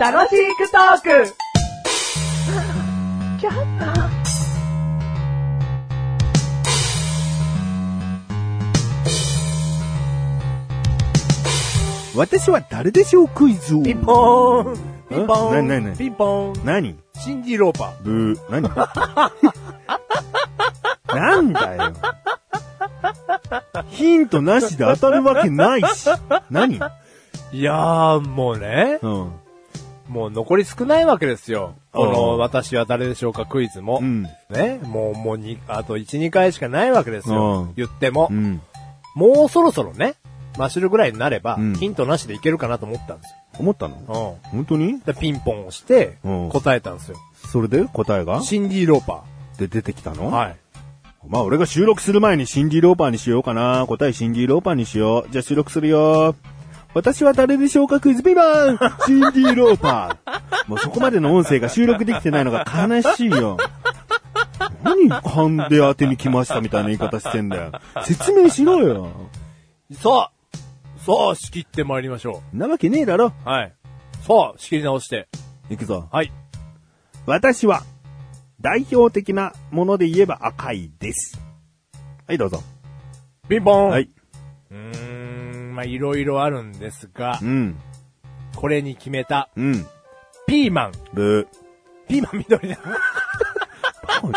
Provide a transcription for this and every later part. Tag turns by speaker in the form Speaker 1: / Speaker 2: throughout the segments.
Speaker 1: 楽しくトーク
Speaker 2: 私は誰でしょうクイズを。
Speaker 1: ピンポーンピンポーン
Speaker 2: 何何何
Speaker 1: ピンポーン
Speaker 2: 何
Speaker 1: シンディローパー。
Speaker 2: ブー、何 なんだよ。ヒントなしで当たるわけないし。何
Speaker 1: いやー、もうね、
Speaker 2: うん。
Speaker 1: もう残り少ないわけですよ。こ
Speaker 2: う
Speaker 1: の、
Speaker 2: ん
Speaker 1: 私は誰でしょうかクイズも。
Speaker 2: うん。
Speaker 1: ね、もう、もうに、あと1、2回しかないわけです
Speaker 2: う
Speaker 1: よ
Speaker 2: ん。
Speaker 1: 言っても
Speaker 2: う。ん。
Speaker 1: もうそろそろね、マシュルぐらいになれば、
Speaker 2: うん
Speaker 1: ヒントなしでいけるかなと思ったんです
Speaker 2: 思ったの
Speaker 1: よ。
Speaker 2: 本当に
Speaker 1: うん。で、ピンポンをして、
Speaker 2: うん
Speaker 1: 答えたんですよ。
Speaker 2: それで答えが
Speaker 1: シンディ・ローパ
Speaker 2: で出てきたの
Speaker 1: ー。はい。
Speaker 2: まあ俺が収録する前にシンディローパーにしようかな。答えシンディローパーにしよう。じゃあ収録するよ。私は誰でしょうかクイズビバ ンシンディローパー。もうそこまでの音声が収録できてないのが悲しいよ。何勘で当てに来ましたみたいな言い方してんだよ。説明しろよ。
Speaker 1: さあ、さあ、仕切ってまいりましょ
Speaker 2: んなわけねえだろ。
Speaker 1: う。はい。さあ、仕切り直して。
Speaker 2: 行くぞ。
Speaker 1: はい。
Speaker 2: 私は代表的なもので言えば赤いです。はい、どうぞ。
Speaker 1: ピンポン。
Speaker 2: はい。。
Speaker 1: うーん、まあ、いろいろあるんですが
Speaker 2: う、ん。
Speaker 1: これに決めた、
Speaker 2: うん。
Speaker 1: ピーマン。
Speaker 2: ブー。
Speaker 1: ピーマン緑 だ。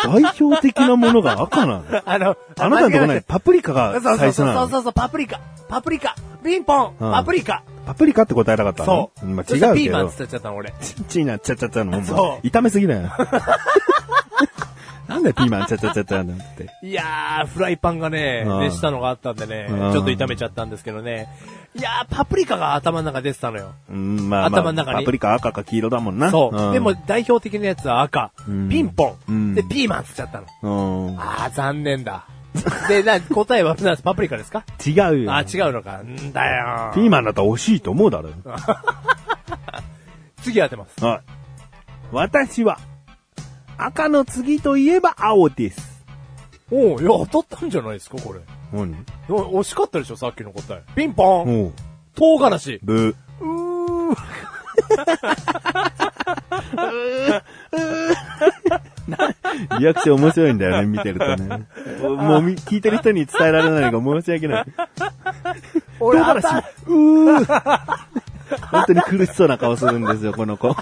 Speaker 2: 代表的なものが赤なの。
Speaker 1: あの、
Speaker 2: あなたのとこ
Speaker 1: 間違
Speaker 2: ね
Speaker 1: え、
Speaker 2: パプリカが
Speaker 1: ました
Speaker 2: 最初な
Speaker 1: そ
Speaker 2: の。
Speaker 1: うそうそうそう、パプリカ。パプリカ。ピンポン。パプリカ。
Speaker 2: パプリカって答えたかったの
Speaker 1: そう。
Speaker 2: まあ、
Speaker 1: そ
Speaker 2: 違
Speaker 1: したら
Speaker 2: う
Speaker 1: ピ
Speaker 2: け
Speaker 1: ーマンっ
Speaker 2: ど
Speaker 1: て。言っちゃったの、俺。
Speaker 2: ちっちいな、ちゃちゃちゃの。
Speaker 1: そ
Speaker 2: も
Speaker 1: う
Speaker 2: う、炒めすぎだよ。 なんだよ、ピーマン、ちゃちゃちゃちゃなんて。
Speaker 1: いやー、フライパンがね、
Speaker 2: うん
Speaker 1: 熱したのがあったんでね、ち
Speaker 2: うん
Speaker 1: ょっと炒めちゃったんですけどね。いやー、パプリカが頭の中出てたのよ。
Speaker 2: うん、まあ、ま
Speaker 1: 頭の
Speaker 2: あ、
Speaker 1: 中に
Speaker 2: パプリカ赤か黄色だもんな。
Speaker 1: そう、
Speaker 2: ん
Speaker 1: でも、代表的なやつは赤。
Speaker 2: うん
Speaker 1: ピンポン、
Speaker 2: うん
Speaker 1: で、ピーマンっつっちゃったの。
Speaker 2: うん。
Speaker 1: あー、残念だ。で、な、答えは、なんですパプリカですか
Speaker 2: 違うよ。
Speaker 1: あー、違うのか。んだよ
Speaker 2: ピーマンだったら惜しいと思うだろ。
Speaker 1: 次当てます。
Speaker 2: はい。私は、赤の次といえば青です。
Speaker 1: おおいや、当たったんじゃないですか、これ。
Speaker 2: 何
Speaker 1: お惜しかったでしょ、さっきの答え。ピンポン、
Speaker 2: もう、
Speaker 1: 唐辛子。
Speaker 2: ブー。
Speaker 1: うー。
Speaker 2: リアクション面白いんだよね、見てるとね。もうみ聞いてる人に伝えられないのが申し訳ない。
Speaker 1: 俺、
Speaker 2: 唐辛
Speaker 1: 当た
Speaker 2: 子うー本当に苦しそうな顔するんですよ、この子。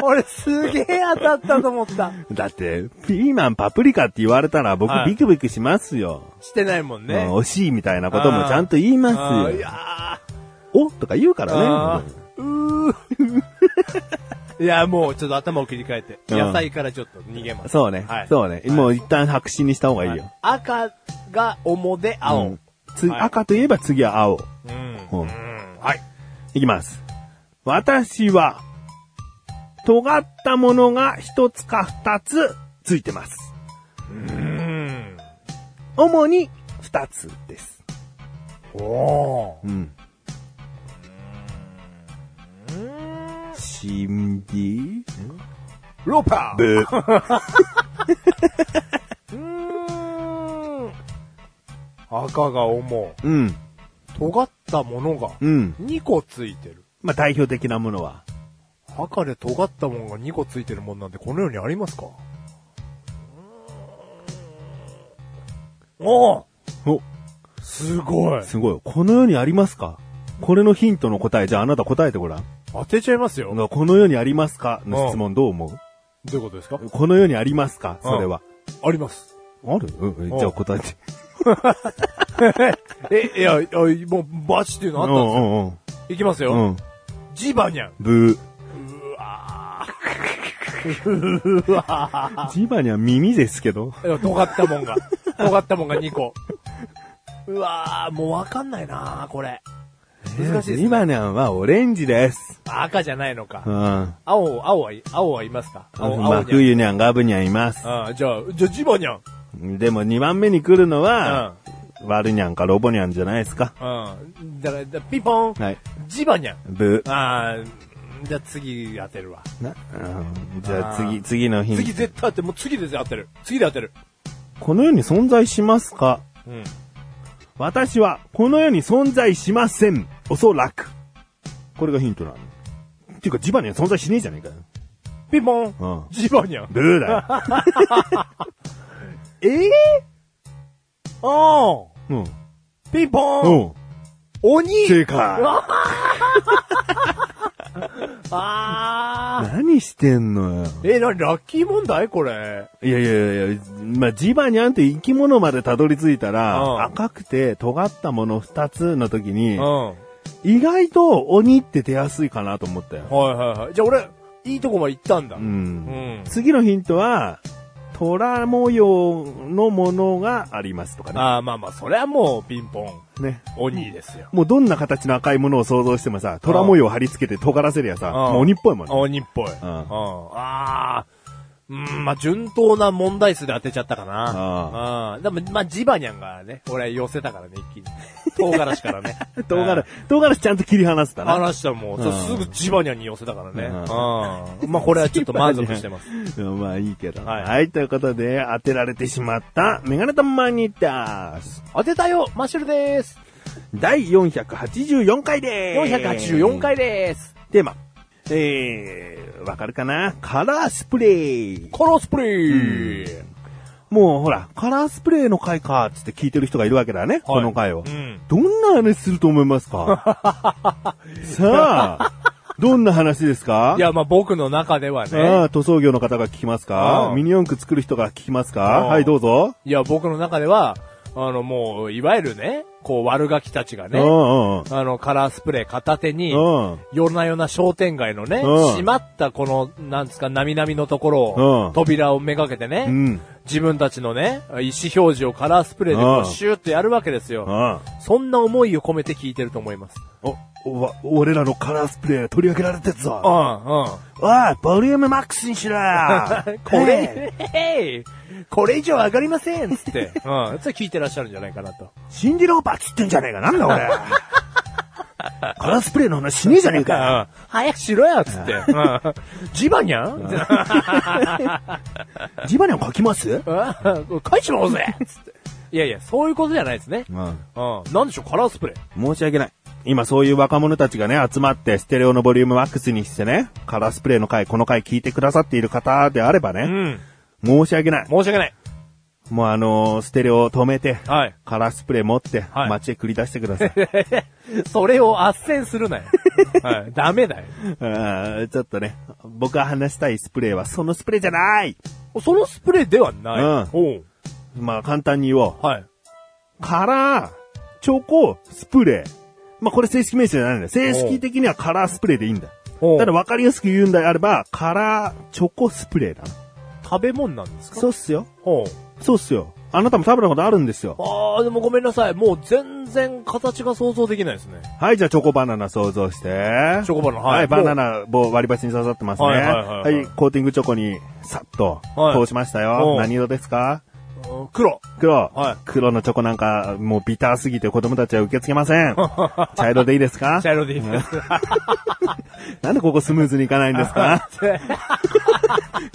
Speaker 1: 俺すげえ当たったと思った。
Speaker 2: だって、ピーマン、パプリカって言われたら僕
Speaker 1: はい
Speaker 2: ビクビクしますよ。
Speaker 1: してないもんね。
Speaker 2: うん惜しいみたいなこともちゃんと言い
Speaker 1: あ
Speaker 2: ま
Speaker 1: ー
Speaker 2: す
Speaker 1: い
Speaker 2: よ。
Speaker 1: や
Speaker 2: おとか言うか
Speaker 1: ー
Speaker 2: ら
Speaker 1: あ
Speaker 2: ね。
Speaker 1: ーうー。いや、もうちょっと頭を切り替えて、
Speaker 2: うん
Speaker 1: 野菜からちょっと逃げます。
Speaker 2: そうね
Speaker 1: はい。
Speaker 2: そうね。もう一旦白紙にした方がいいよ。
Speaker 1: 赤が主で青。
Speaker 2: う
Speaker 1: うんん。
Speaker 2: つ
Speaker 1: はい
Speaker 2: 赤といえば次は青。
Speaker 1: うん
Speaker 2: うん
Speaker 1: はい。
Speaker 2: いきます。私は、尖ったものが一つか二つついてます。
Speaker 1: うん。
Speaker 2: 主に二つです。
Speaker 1: おー。
Speaker 2: うん。シンディ
Speaker 1: ローパー
Speaker 2: ブー。
Speaker 1: うーん。赤が主。
Speaker 2: うん。
Speaker 1: 尖ったものが
Speaker 2: うん。
Speaker 1: 2個ついてる。
Speaker 2: まあ、代表的なものは。
Speaker 1: 赤で尖ったもんが2個ついてるもんなんてこの世にありますかおお
Speaker 2: お、
Speaker 1: すごい
Speaker 2: すごい。この世にありますかこれのヒントの答え、じゃああなた答えてごらん。
Speaker 1: 当てちゃいますよ。ど
Speaker 2: この世にありますかの質問どう思う
Speaker 1: ういうことですか
Speaker 2: この世にありますかそれは。
Speaker 1: あります。
Speaker 2: あるうんうん。じゃあ答えて。
Speaker 1: え、いや、いやもうバチっていうのあったんで
Speaker 2: うんうん
Speaker 1: すよ。いきます
Speaker 2: う
Speaker 1: よ。
Speaker 2: ん。うん。
Speaker 1: ジバニャン。
Speaker 2: ブー。
Speaker 1: うわーうわ
Speaker 2: ジバには耳ですけど。
Speaker 1: ーいや尖ったもん が。尖ったもんが2個。うわーもうわかんないなーこれ。難しいですね
Speaker 2: ジバニャンはオレンジです。
Speaker 1: 赤じゃないのか
Speaker 2: う。ん。あ
Speaker 1: 青、青はい、青はいますか青、青にゃ
Speaker 2: 真
Speaker 1: ん
Speaker 2: 冬にゃん、ガブにゃんいます。
Speaker 1: ああ、じゃあ、じゃあジバニャン。
Speaker 2: でも2番目に来るのは、
Speaker 1: う
Speaker 2: ワルニャンかロボニャンじゃないですか。
Speaker 1: ん。うん。だから、だピンポン。
Speaker 2: はい。
Speaker 1: ジバニャン。
Speaker 2: ブ
Speaker 1: ああ、じゃあ次当てるわ。
Speaker 2: ー。な、うん、じゃあ
Speaker 1: あ
Speaker 2: 次、
Speaker 1: ー
Speaker 2: 次のヒン
Speaker 1: 次
Speaker 2: ト。
Speaker 1: 絶対当てる。もう次で当てる。次で当てる。
Speaker 2: この世に存在しますか
Speaker 1: うん。
Speaker 2: 私はこの世に存在しません。おそらく。これがヒントなの。っていうか、ジバニャン存在しねえじゃねえかよ。
Speaker 1: ピンポン。
Speaker 2: うん
Speaker 1: ジバニャン。
Speaker 2: ブーだよ。
Speaker 1: ええああ。
Speaker 2: うん。
Speaker 1: ピンポン。
Speaker 2: うん。
Speaker 1: 鬼。
Speaker 2: 正解
Speaker 1: う。わああ。
Speaker 2: 何してんのよ。
Speaker 1: え、なに、ラッキー問題これ。
Speaker 2: いやいやいや、まあ、ジバニャンって生き物までたどり着いたら、
Speaker 1: うん
Speaker 2: 赤くて尖ったもの二つの時
Speaker 1: う
Speaker 2: に
Speaker 1: ん。、は
Speaker 2: 意外と鬼って出やすいかなと思った
Speaker 1: い
Speaker 2: よ。
Speaker 1: はいはい。じゃあ俺、いいとこまで行ったんだ。
Speaker 2: う。
Speaker 1: うんん。
Speaker 2: 次のヒントは、虎模様のものがありますとかね。
Speaker 1: ああ、まあまあ、それはもう、ピンポン。
Speaker 2: ね。
Speaker 1: 鬼ですよ。
Speaker 2: もうどんな形の赤いものを想像してもさ、虎模様を貼り付けて尖らせりゃさ、
Speaker 1: ん
Speaker 2: もう鬼っぽいもんね。。
Speaker 1: 鬼っぽい。うん。ああ。うん、まあ、順当な問題数で当てちゃったかな。うん。でも、まあ、ジバニャンがね、俺寄せたからね、一気に。 唐辛子からね
Speaker 2: 唐辛子、唐辛子ちゃんと切り離せたな。
Speaker 1: 話したらもう、そうすぐジバニャンに寄せたからね。
Speaker 2: う
Speaker 1: うん。まあ、これはちょっと満足してます。
Speaker 2: うんまあいいけど。は。
Speaker 1: はいい
Speaker 2: ということで、当てられてしまった、メガネタマニタス。
Speaker 1: 当てたよマッシュルです
Speaker 2: 第484回でーす。
Speaker 1: !484 回です
Speaker 2: テーマ。えー、わかるかなカラースプレー。
Speaker 1: コロスプレー
Speaker 2: もうほら、カラースプレーの回か、つって聞いてる人がいるわけだね、この回を。
Speaker 1: うん。
Speaker 2: どんな話すると思いますか さあ、どんな話ですか
Speaker 1: いや、まあ、僕の中では
Speaker 2: あ
Speaker 1: ね。
Speaker 2: あ塗装業の方が聞きますか
Speaker 1: うん
Speaker 2: ミニ四駆作る人が聞きますか
Speaker 1: うん
Speaker 2: はい、どうぞ。
Speaker 1: いや、僕の中では、あの、もう、いわゆるね、こう、悪ガキたちが
Speaker 2: うんう
Speaker 1: ね、
Speaker 2: んうん。
Speaker 1: あの、カラースプレー片手に、
Speaker 2: うん。
Speaker 1: 夜な夜な商店街のね、
Speaker 2: うん
Speaker 1: 閉まったこの、なんですか、なみなみのところ
Speaker 2: うん
Speaker 1: を、扉をめがけてね、
Speaker 2: うん
Speaker 1: 自分たちのね、意思表示をカラースプレーで
Speaker 2: う
Speaker 1: こ
Speaker 2: ん
Speaker 1: う、シューってやるわけですよ。
Speaker 2: うん。
Speaker 1: そんな思いを込めて聞いてると思います。
Speaker 2: お、おわ、俺らのカラースプレー取り上げられてる
Speaker 1: う
Speaker 2: ぞ。
Speaker 1: ん、うん。
Speaker 2: おい、ボリュームマックスにしろ
Speaker 1: こ
Speaker 2: ええ
Speaker 1: れ、へいこれ以上上がりませんっつって。うん。それ聞いてらっしゃるんじゃないかなと。
Speaker 2: シンディローパーっつってんじゃねえか。なんだ 俺。カラースプレーの話しねえじゃねえ
Speaker 1: う
Speaker 2: か。
Speaker 1: ん早くしろよっつって。うんジバニャン
Speaker 2: ジバニャン書きます
Speaker 1: うん返しまおうぜっつって。いやいや、そういうことじゃないですね。
Speaker 2: うん。
Speaker 1: うん。なんでしょう、カラースプレー。
Speaker 2: 申し訳ない。今そういう若者たちがね、集まってステレオのボリュームマックスにしてね、カラースプレーの回、この回聞いてくださっている方であれば
Speaker 1: う
Speaker 2: ね、
Speaker 1: ん。
Speaker 2: 申し訳ない。
Speaker 1: 申し訳ない。
Speaker 2: もうあのーステレオを止めて、
Speaker 1: はい。
Speaker 2: カラースプレー持って、
Speaker 1: はい
Speaker 2: 街へ繰り出してください。
Speaker 1: それを斡旋するなよ。 はい。ダメだよ。
Speaker 2: あーちょっとね、僕が話したいスプレーはそのスプレーじゃない
Speaker 1: そのスプレーではない。
Speaker 2: うん
Speaker 1: おう
Speaker 2: まあ簡単に言おう。
Speaker 1: はい。
Speaker 2: カラー、チョコ、スプレー。まあこれ正式名称じゃないんだよ。正式的にはカラースプレーでいいんだ。
Speaker 1: おう
Speaker 2: ただ分かりやすく言うんであれば、カラー、チョコ、スプレーだな。
Speaker 1: 食べ物なんですか
Speaker 2: そうっすよ。
Speaker 1: ほう。
Speaker 2: そうっすよ。あなたも食べたことあるんですよ。
Speaker 1: あー、でもごめんなさい。もう全然形が想像できないですね。
Speaker 2: はい、じゃあチョコバナナ想像して。
Speaker 1: チョコバナナ
Speaker 2: は。
Speaker 1: はいい
Speaker 2: バナナ、棒割り箸に刺さってますね。
Speaker 1: はいはいはいはい
Speaker 2: コーティングチョコに、さっと、
Speaker 1: はい
Speaker 2: 通しましたよ。
Speaker 1: おう
Speaker 2: 何色ですか
Speaker 1: うん 黒。
Speaker 2: 黒、
Speaker 1: はい
Speaker 2: 黒のチョコなんか、もうビターすぎて子供たちは受け付けませ ん。茶色でいいですか
Speaker 1: 茶色でいいです。
Speaker 2: なんでここスムーズにいかないんです か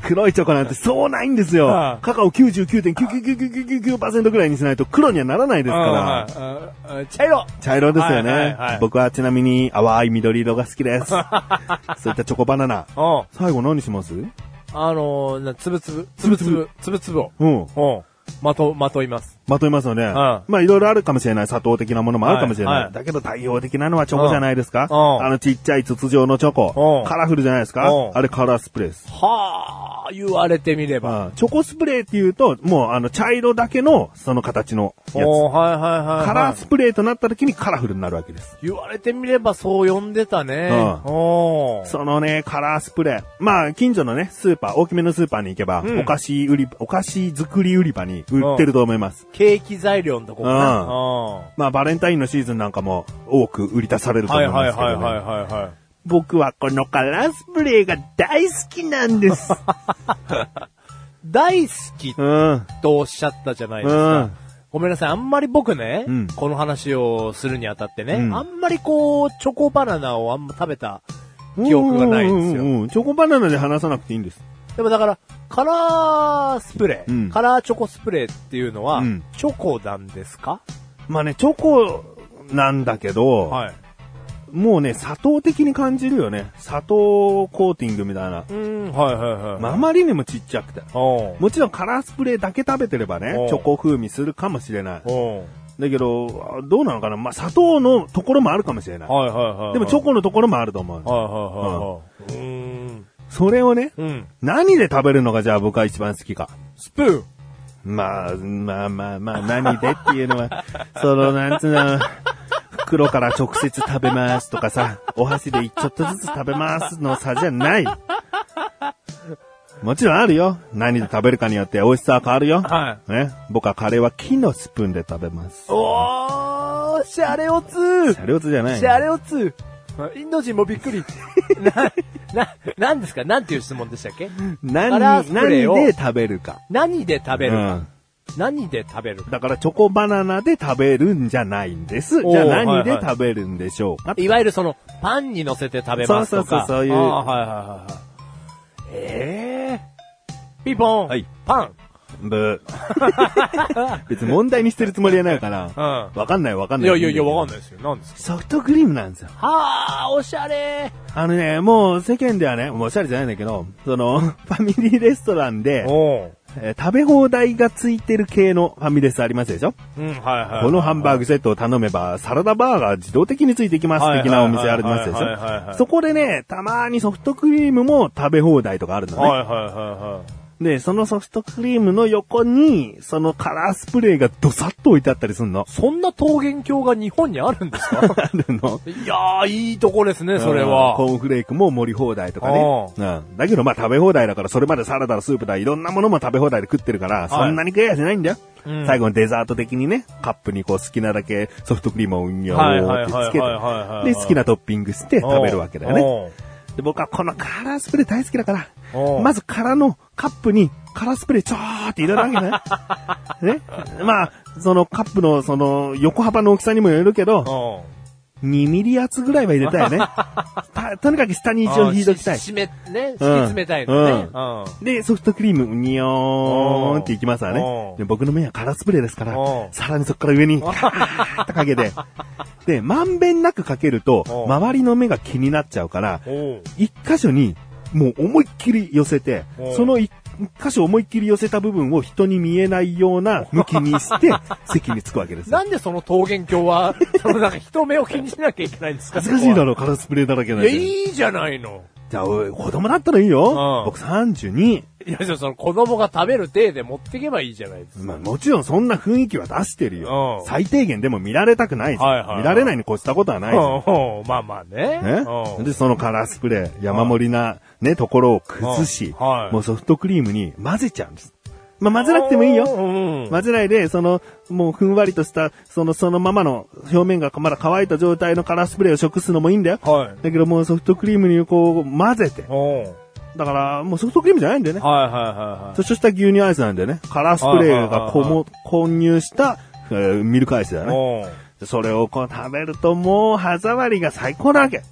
Speaker 2: 黒いチョコなんてそうないんですよ
Speaker 1: は。い
Speaker 2: カカオ99.99999%ぐらいにしないと黒にはならないですから。
Speaker 1: うんうん茶色
Speaker 2: 茶色ですよね、
Speaker 1: はいはいはい
Speaker 2: 僕はちなみに淡い緑色が好き です。そういったチョコバナナ。
Speaker 1: うん。
Speaker 2: 最後何します
Speaker 1: あのー、なつぶつぶ、つぶつぶ、つぶつぶを。
Speaker 2: うん。
Speaker 1: うん。まと、まといます。
Speaker 2: まとめますので、まあいろいろあるかもしれない。砂糖的なものもあるかもしれない。
Speaker 1: はいはい
Speaker 2: だけど対応的なのはチョコじゃないですか、
Speaker 1: うん
Speaker 2: あのちっちゃい筒状のチョコ。
Speaker 1: うん
Speaker 2: カラフルじゃないですか、
Speaker 1: うん
Speaker 2: あれカラースプレーです。
Speaker 1: はー、言われてみれば。
Speaker 2: まあチョコスプレーっていうと、もうあの茶色だけのその形のやつ。
Speaker 1: おー、はいはいはいはい。
Speaker 2: カラースプレーとなった時にカラフルになるわけです。
Speaker 1: 言われてみればそう呼んでたね。
Speaker 2: うん
Speaker 1: おー。
Speaker 2: そのね、カラースプレー。まあ、近所のね、スーパー、大きめのスーパーに行けば、
Speaker 1: うん
Speaker 2: お菓子売り、お菓子作り売り場に売ってると思います。
Speaker 1: ケーキ材料のとこかな。
Speaker 2: うん
Speaker 1: うん
Speaker 2: まあ、バレンタインのシーズンなんかも多く売り出されると思
Speaker 1: はい
Speaker 2: い
Speaker 1: は
Speaker 2: ま
Speaker 1: い
Speaker 2: すけど、
Speaker 1: は
Speaker 2: ね。
Speaker 1: いはいはいはい。
Speaker 2: 僕はこのカラースプレーが大好きなんです。
Speaker 1: 大好き
Speaker 2: うん。
Speaker 1: とおっしゃったじゃないです
Speaker 2: う
Speaker 1: か。
Speaker 2: ん。
Speaker 1: ごめんなさい、あんまり僕ね、
Speaker 2: うん
Speaker 1: この話をするにあたってね、
Speaker 2: うん
Speaker 1: あんまりこう、チョコバナナをあんま食べた記憶がないんですよ。
Speaker 2: ううんチョコバナナで話さなくていいんです。
Speaker 1: でもだから、カラースプレー、
Speaker 2: うん
Speaker 1: カラーチョコスプレーっていうのは、
Speaker 2: うん
Speaker 1: チョコなんですか
Speaker 2: まあね、チョコなんだけど、
Speaker 1: はい。
Speaker 2: もうね、砂糖的に感じるよね。砂糖コーティングみたいな。
Speaker 1: うん、はいはいはい。
Speaker 2: まああまりにもちっちゃくて。
Speaker 1: おう
Speaker 2: もちろんカラースプレーだけ食べてればね
Speaker 1: おう、
Speaker 2: チョコ風味するかもしれない。
Speaker 1: おう
Speaker 2: だけど、どうなのかなまあ、砂糖のところもあるかもしれない。
Speaker 1: はいはいはい。
Speaker 2: でもチョコのところもあると思う。
Speaker 1: はいはいはいはい。うーん。
Speaker 2: それをね、
Speaker 1: うん。
Speaker 2: 何で食べるのがじゃあ僕は一番好きか。
Speaker 1: スプーン。
Speaker 2: まあ、まあまあまあ、何でっていうの は、その、なんつうの、袋から直接食べますとかさ、お箸でちょっとずつ食べますの差じゃない。もちろんあるよ。何で食べるかによって美味しさは変わるよ。
Speaker 1: は
Speaker 2: ね、僕はカレーは木のスプーンで食べます。
Speaker 1: おー、シャレオツー
Speaker 2: シャレオツじゃない。
Speaker 1: シャレオツーインド人もびっくり。 な、な、なんですかなんていう質問でしたっけカラー
Speaker 2: 何、
Speaker 1: スプレーを
Speaker 2: 何で食べるか。
Speaker 1: 何で食べる
Speaker 2: う
Speaker 1: か
Speaker 2: ん
Speaker 1: 何で食べるか
Speaker 2: だからチョコバナナで食べるんじゃないんです。
Speaker 1: おー
Speaker 2: じゃあ何で
Speaker 1: はいはい
Speaker 2: 食べるんでしょうか
Speaker 1: いわゆるその、パンに乗せて食べますと
Speaker 2: そうそ
Speaker 1: か。
Speaker 2: うそうそういう
Speaker 1: あーはいはいはいはい。ええー。ピンポン。
Speaker 2: はい
Speaker 1: パン。
Speaker 2: ブー 別に問題にしてるつもりはないから。
Speaker 1: う
Speaker 2: わかんないわかん
Speaker 1: ん。い
Speaker 2: ない。
Speaker 1: やいやいや、わかんないですよ。何ですか
Speaker 2: ソフトクリームなんですよ。
Speaker 1: はあ、おしゃれ
Speaker 2: あのね、もう世間ではね、もうおしゃれじゃないんだけど、その、 ファミリーレストランで、
Speaker 1: おう。
Speaker 2: えー食べ放題がついてる系のファミレスありますでしょ
Speaker 1: うん、はいはい。
Speaker 2: このハンバーグセットを頼めば、サラダバーガー自動的についてきます的なお店ありますでし
Speaker 1: はいはいはいはいはい
Speaker 2: ょそこでね、たまにソフトクリームも食べ放題とかあるのね。
Speaker 1: はいはいはいはい。。
Speaker 2: で、そのソフトクリームの横に、そのカラースプレーがドサッと置いてあったりすんの
Speaker 1: そんな桃源郷が日本にあるんですか
Speaker 2: あるの。
Speaker 1: いやー、いいとこですね、それは。
Speaker 2: コーンフレークも盛り放題とかね。うん。だけどまあ食べ放題だから、それまでサラダ、スープだ、いろんなものも食べ放題で食ってるから、そんなに食えやしないんだよ。
Speaker 1: うん
Speaker 2: 最後にデザート的にね、カップにこう好きなだけソフトクリームをうんよ
Speaker 1: はいはい
Speaker 2: ー
Speaker 1: は
Speaker 2: ってつ
Speaker 1: いはい
Speaker 2: けて
Speaker 1: はいはいはいは、い
Speaker 2: で、好きなトッピングして食べるわけだよね。
Speaker 1: ね。
Speaker 2: で、僕はこのカラースプレー大好きだから
Speaker 1: おう、
Speaker 2: まず空のカップにカラースプレーちょーって入れるわけね。ね。まあ、そのカップのその横幅の大きさにもよるけど、
Speaker 1: うん。
Speaker 2: 2ミリ厚ぐらいは入れたいね。たとにかく下に一応引いときたい
Speaker 1: し。しめ、ね、敷き詰めたいのね。うん。
Speaker 2: で、ソフトクリーム、にょーんっていきますわ
Speaker 1: お
Speaker 2: ね
Speaker 1: う。
Speaker 2: で僕の目はカラースプレーですから
Speaker 1: おう、
Speaker 2: さらにそこから上に、カーッとかけて。で、まんべんなくかけると、
Speaker 1: おう
Speaker 2: 周りの目が気になっちゃうから、
Speaker 1: おう
Speaker 2: 一箇所に、もう思いっきり寄せて
Speaker 1: おう、
Speaker 2: その一箇所思いっきり寄せた部分を人に見えないような向きにして、 席に着くわけですよ。
Speaker 1: なんでその桃源郷は、 そのなんか人目を気にしなきゃいけないんですか
Speaker 2: 恥ずかしいだ
Speaker 1: ろ。
Speaker 2: ろ、カラースプレーだらけなん
Speaker 1: いや、
Speaker 2: で。
Speaker 1: いいじゃないの。
Speaker 2: じゃあ、おい子供だったらいいよ
Speaker 1: う。ん
Speaker 2: 僕32。
Speaker 1: いや、じゃあその子供が食べる体で持ってけばいいじゃないですか。
Speaker 2: まあ、もちろんそんな雰囲気は出してるよ
Speaker 1: う。ん
Speaker 2: 最低限でも見られたくないじゃん
Speaker 1: はいはいはい
Speaker 2: 見られないに越したことはないじゃん
Speaker 1: うんうんまあまあね。うん
Speaker 2: ね、で、そのカラースプレー、山盛りな、ね、ところを崩し、
Speaker 1: うんはい
Speaker 2: もうソフトクリームに混ぜちゃうんです。まあ、混ぜなくてもいいよ。
Speaker 1: うん
Speaker 2: 混ぜないで、その、もうふんわりとした、その、そのままの表面がまだ乾いた状態のカラースプレーを食すのもいいんだよ。
Speaker 1: はい
Speaker 2: だけどもうソフトクリームにこう混ぜて。
Speaker 1: おう
Speaker 2: だから、もうソフトクリームじゃないんだよね。
Speaker 1: はいはいはいはい。
Speaker 2: そした牛乳アイスなんだよね。カラースプレーがこも混入した、えーミルクアイスだよね。
Speaker 1: おう
Speaker 2: それをこう食べるともう歯触りが最高なわけ。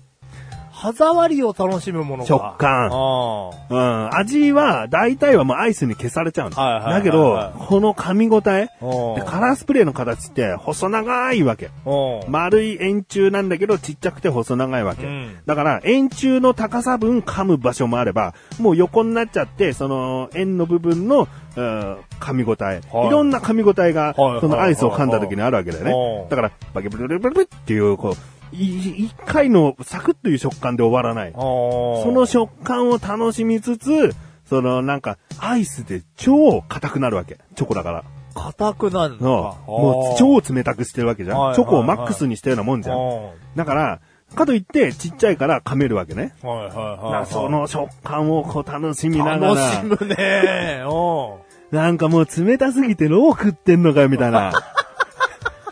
Speaker 1: 歯触りを楽しむものか。
Speaker 2: 食感
Speaker 1: あ
Speaker 2: うん、味は、大体はもうアイスに消されちゃうの。
Speaker 1: はいはいはいはい
Speaker 2: だけど、この噛み応え、
Speaker 1: おう
Speaker 2: でカラースプレーの形って細長いわけ。
Speaker 1: あ。おう
Speaker 2: 丸い円柱なんだけど、ちっちゃくて細長いわけ。
Speaker 1: うん
Speaker 2: だから、円柱の高さ分噛む場所もあれば、もう横になっちゃって、その、円の部分の、うん噛み応え、
Speaker 1: はい
Speaker 2: い。ろんな噛み応えが、
Speaker 1: はい
Speaker 2: そのアイスを噛んだ時にあるわけだよ
Speaker 1: は
Speaker 2: ね
Speaker 1: い。
Speaker 2: だから、バキブルブルブルブルっていう、こう、い一回のサクッという食感で終わらない。
Speaker 1: おう
Speaker 2: その食感を楽しみつつ、そのなんか、アイスで超硬くなるわけ。チョコだから。
Speaker 1: 硬くな
Speaker 2: う
Speaker 1: るの
Speaker 2: ん
Speaker 1: か。
Speaker 2: もう超冷たくしてるわけじ
Speaker 1: は
Speaker 2: ゃ
Speaker 1: いは
Speaker 2: ん。
Speaker 1: い
Speaker 2: チョコをマックスにしたようなもんじゃん。
Speaker 1: おう
Speaker 2: だから、かといってちっちゃいから噛めるわけね。
Speaker 1: はいはい
Speaker 2: だ
Speaker 1: はい
Speaker 2: か
Speaker 1: はい。
Speaker 2: らその食感をこう楽しみながら、
Speaker 1: 楽しむね。おう
Speaker 2: なんかもう冷たすぎてロー食ってんのかよみたい な。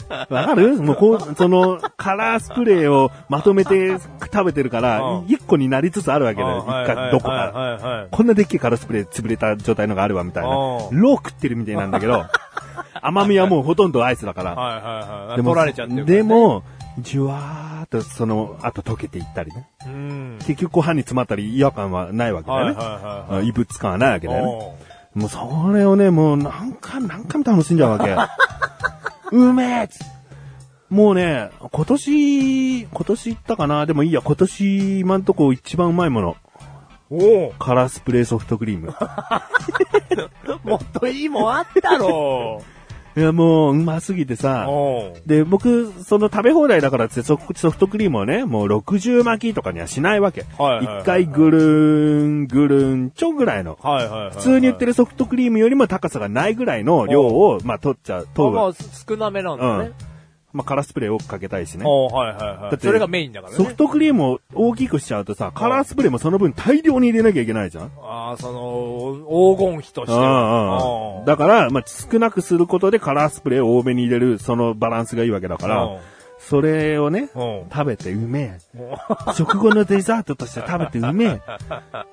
Speaker 2: わかるもうこう、その、カラースプレーをまとめて食べてるから
Speaker 1: う、ん
Speaker 2: 一個になりつつあるわけだ
Speaker 1: あ
Speaker 2: よ。
Speaker 1: はい
Speaker 2: 一
Speaker 1: はいは
Speaker 2: 回
Speaker 1: い
Speaker 2: どこか。
Speaker 1: はいはいはい
Speaker 2: こんなでっけえカラースプレー潰れた状態のがあるわ、みたいな。ロ
Speaker 1: う
Speaker 2: ー食ってるみたいなんだけ ど、甘みはもうほとんどアイスだから。
Speaker 1: はいはいはい。取られちゃってるからね
Speaker 2: で、も、じゅわーっとその後溶けていったりね。
Speaker 1: うん。
Speaker 2: 結局ご飯に詰まったり違和感はないわけだよね。
Speaker 1: はいはいは
Speaker 2: 異物感はないわけだよね。
Speaker 1: おう
Speaker 2: も うそれをね、もう何回も何回も楽しんじゃうわけ。うめえっつもうね、今年、今年行ったかなでもいいや、今年今んとこ一番うまいもの。
Speaker 1: お
Speaker 2: カラースプレーソフトクリ ーム。
Speaker 1: おもっといいもんあったろ
Speaker 2: いや、もう、うますぎて
Speaker 1: う。
Speaker 2: さ。
Speaker 1: おう
Speaker 2: で、僕、その食べ放題だからっつってソフソフトクリームをね、もう60巻きとかにはしないわけ。
Speaker 1: はいはいはいはい
Speaker 2: 一回ぐるーん、ぐるーん、ちょぐらいの。
Speaker 1: はいはいはいはい。
Speaker 2: 普通に売ってるソフトクリームよりも高さがないぐらいの量を、まあ、取っちゃう。
Speaker 1: あ。
Speaker 2: 取る
Speaker 1: まあ、。少なめなんだね。
Speaker 2: まあ、カラースプレーをかけたいしね。
Speaker 1: おうはいはいはい。
Speaker 2: だって
Speaker 1: それがメインだからね。
Speaker 2: ソフトクリームを大きくしちゃうとさ、カラースプレーもその分大量に入れなきゃいけないじゃん。
Speaker 1: ああ、その、黄金比としては。
Speaker 2: うんうん
Speaker 1: おう
Speaker 2: だから、まあ、少なくすることでカラースプレーを多めに入れる、そのバランスがいいわけだから、それをね、
Speaker 1: うん
Speaker 2: 食べてうめえ。食後のデザートとして食べてうめ え。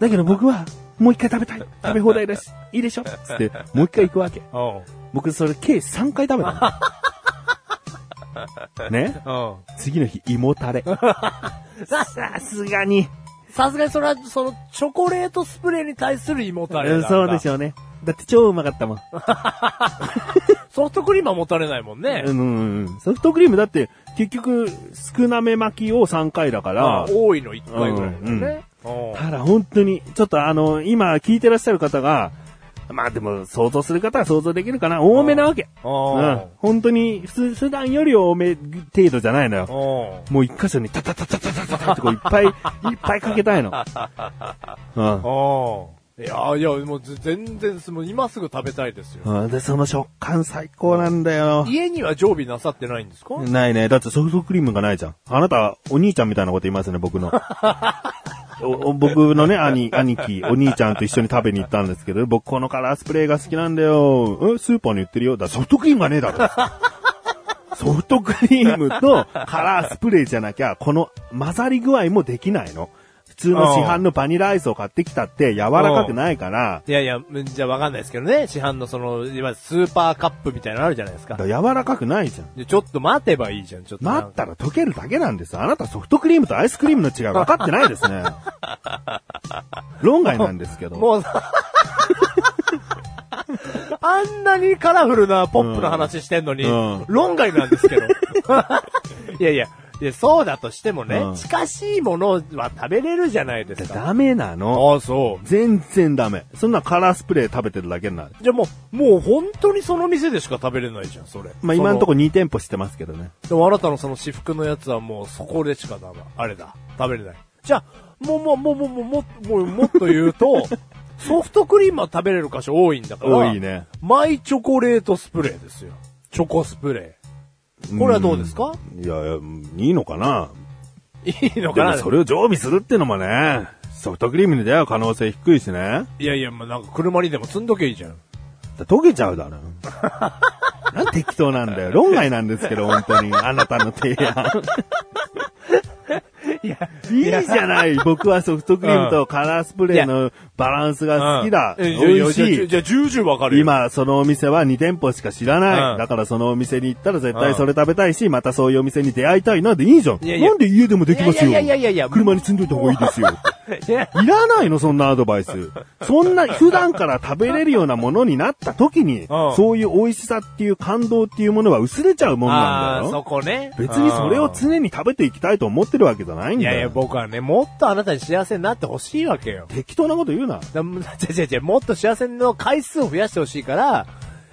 Speaker 2: だけど僕は、もう一回食べたい。食べ放題だし、いいでしょつって、もう一回行くわけ。
Speaker 1: うん。
Speaker 2: 僕、それ計3回食べた の。ね
Speaker 1: うん。
Speaker 2: 次の日、胃も たれ。さすがに。
Speaker 1: さすがにそれは、その、チョコレートスプレーに対する胃もたれなんだ。
Speaker 2: そうでし
Speaker 1: ょ。
Speaker 2: ょうね。だって超うまかったもん。
Speaker 1: ソフトクリームはもたれないもんね
Speaker 2: う。んうんうん。ソフトクリームだって、結局、少なめ巻きを3回だから
Speaker 1: あ、多いの1回ぐらいだね。うん
Speaker 2: ただ本当に、ちょっとあの、今聞いてらっしゃる方が、まあでも想像する方は想像できるかな。多めなわけ。う
Speaker 1: うん
Speaker 2: ん。本当に、普通、普段より多め程度じゃないのよ。
Speaker 1: うん。
Speaker 2: もう一箇所にタタタタタタタタってこういっぱい、いっぱいかけたいの。うん。
Speaker 1: うん。いや、いや、もうぜ全然、もう今すぐ食べたいですよ。
Speaker 2: うんで、その食感最高なんだよ。
Speaker 1: 家には常備なさってないんですか
Speaker 2: ないね。だってソフトクリームがないじゃん。あなた、お兄ちゃんみたいなこと言いますね、僕の。おお僕のね、兄、兄貴、お兄ちゃんと一緒に食べに行ったんですけど、僕このカラースプレーが好きなんだよ。えスーパーに売ってるよ。だ、ソフトクリームがねえだろ。ソフトクリームとカラースプレーじゃなきゃ、この混ざり具合もできないの。普通の市販のバニラアイスを買ってきたって柔らかくないから、
Speaker 1: いやいや、じゃあわかんないですけどね。市販のその、いわゆるスーパーカップみたいなのあるじゃないですか
Speaker 2: だ。柔らかくないじゃん。
Speaker 1: でちょっと待てばいいじゃん、ちょっとなんか。
Speaker 2: 待ったら溶けるだけなんです。あなたソフトクリームとアイスクリームの違い分かってないです ね。論外なんですけど。
Speaker 1: もう、あんなにカラフルなポップの話してんのに、
Speaker 2: うん
Speaker 1: 論外なんです けど。いやいや、いやそうだとしてもね、
Speaker 2: うん
Speaker 1: 近しいものは食べれるじゃないですか。
Speaker 2: ダメなの。
Speaker 1: ああ、そう。
Speaker 2: 全然ダメ。そんなカラースプレー食べてるだけになる。
Speaker 1: じゃあもう、もう本当にその店でしか食べれないじゃん、それ。
Speaker 2: まあ今のとこ
Speaker 1: ろ。
Speaker 2: 2店舗してますけどね。
Speaker 1: でもあなたのその私服のやつはもうそこでしかだわあれだ。食べれない。じゃあ、もうもうもうもうもうもうもっと言 うと、ソフトクリームは食べれる箇所多いんだから。
Speaker 2: 多いね。
Speaker 1: マイチョコレートスプレーですよ。チョコスプレー。これはどうですか
Speaker 2: うんいやいや、いいのかない
Speaker 1: いの
Speaker 2: でも
Speaker 1: かな
Speaker 2: それを常備するってのもね、ソフトクリームに出会う可能性低いしね。
Speaker 1: いやいや、もうなんか車にでも積んどけいいじゃん。
Speaker 2: だ溶けちゃう だろ。なんて適当なんだよ。論外なんですけど、本当に。あなたの提案。
Speaker 1: いや、
Speaker 2: いいじゃない。僕はソフトクリームとカラースプレーのバランスが好きだ。
Speaker 1: うん
Speaker 2: 美味
Speaker 1: いやいやじゃあ
Speaker 2: しい。
Speaker 1: じゃあ、重々わかるよ。
Speaker 2: 今、そのお店は2店舗しか知らな
Speaker 1: う
Speaker 2: い。
Speaker 1: ん
Speaker 2: だからそのお店に行ったら絶対それ食べたいし、またそういうお店に出会いたいなんでいいじゃん。
Speaker 1: いやいや
Speaker 2: なんで家でもできますよ。
Speaker 1: いやいやいやいやいや
Speaker 2: 車に積んどいた方がいいですよ。
Speaker 1: いや。
Speaker 2: いらないの、そんなアドバイス。そんな、普段から食べれるようなものになった時に、
Speaker 1: うん
Speaker 2: そういう美味しさっていう感動っていうものは薄れちゃうもんな
Speaker 1: あ
Speaker 2: ん
Speaker 1: あ
Speaker 2: だ
Speaker 1: ー、そ
Speaker 2: よ。
Speaker 1: こね。
Speaker 2: 別にそれを
Speaker 1: うん
Speaker 2: 常に食べていきたいと思ってるわけじゃないん
Speaker 1: い
Speaker 2: だよ。
Speaker 1: やいや、僕はね、もっとあなたに幸せになってほしいわけよ。
Speaker 2: 適当なこと言うな。
Speaker 1: だ じゃじゃじゃもっと幸せの回数を増やしてほしいから、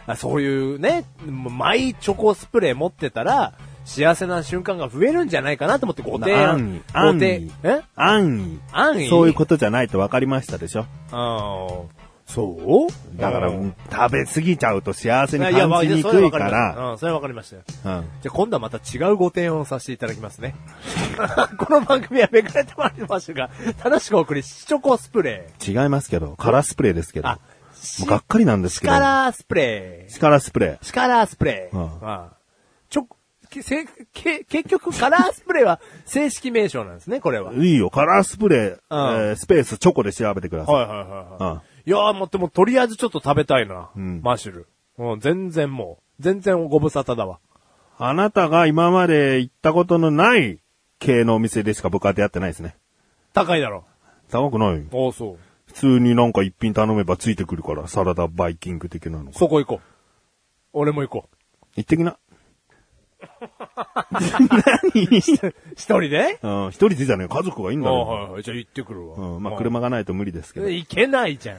Speaker 1: あそういうね、マイチョコスプレー持ってたら、幸せな瞬間が増えるんじゃないかなと思ってご提案。
Speaker 2: 安
Speaker 1: ご
Speaker 2: 易。
Speaker 1: 提え
Speaker 2: 安
Speaker 1: 安
Speaker 2: 易。
Speaker 1: 易
Speaker 2: そういうことじゃないと分かりましたでしょ。
Speaker 1: ああ、そう
Speaker 2: だから、
Speaker 1: うん
Speaker 2: 食べ過ぎちゃうと幸せに
Speaker 1: いやま
Speaker 2: 感
Speaker 1: あ
Speaker 2: じに
Speaker 1: それ
Speaker 2: く
Speaker 1: は
Speaker 2: か
Speaker 1: いわりました
Speaker 2: ら。
Speaker 1: うん、それはわかりましたよ。
Speaker 2: うん
Speaker 1: じゃあ今度はまた違うご提案をさせていただきますね。 この番組はめくれてまいりましたが、楽しくお送り、シチョコスプレ
Speaker 2: 違いますけど、カラースプレーですけ
Speaker 1: ー。
Speaker 2: ど。も
Speaker 1: あ、
Speaker 2: うがっかりなんです
Speaker 1: シ
Speaker 2: けど。
Speaker 1: カラースプレー。
Speaker 2: シカラスプレ
Speaker 1: シカラースプレー。
Speaker 2: うん
Speaker 1: ああちょ、け、せ、け、結局、カラースプレーは正式名称なんですね、これは。はい
Speaker 2: ー。いいよ、カラースプレー、えースペースチョコで調べてください。
Speaker 1: はいはい
Speaker 2: うん
Speaker 1: はい。いやー、もうでもとりあえずちょっと食べたいな、
Speaker 2: ん
Speaker 1: マッシュル。うん、全然もう、全然ご無沙汰だわ。
Speaker 2: あなたが今まで行ったことのない系のお店でしか僕は出会ってないですね。
Speaker 1: 高いだろ。
Speaker 2: 高くない。
Speaker 1: おそう。
Speaker 2: 普通になんか一品頼めばついてくるから、サラダバイキング的なの。
Speaker 1: そこ行こう。俺も行こ
Speaker 2: 行ってきな。何 して
Speaker 1: 一人で
Speaker 2: うん、一人でじゃねえ。家族がいいんだ
Speaker 1: あ
Speaker 2: ろ
Speaker 1: はいはい。じゃあ行ってくるわ。
Speaker 2: う。うん、まあ、車がないと無理ですけど。
Speaker 1: いけないじゃん。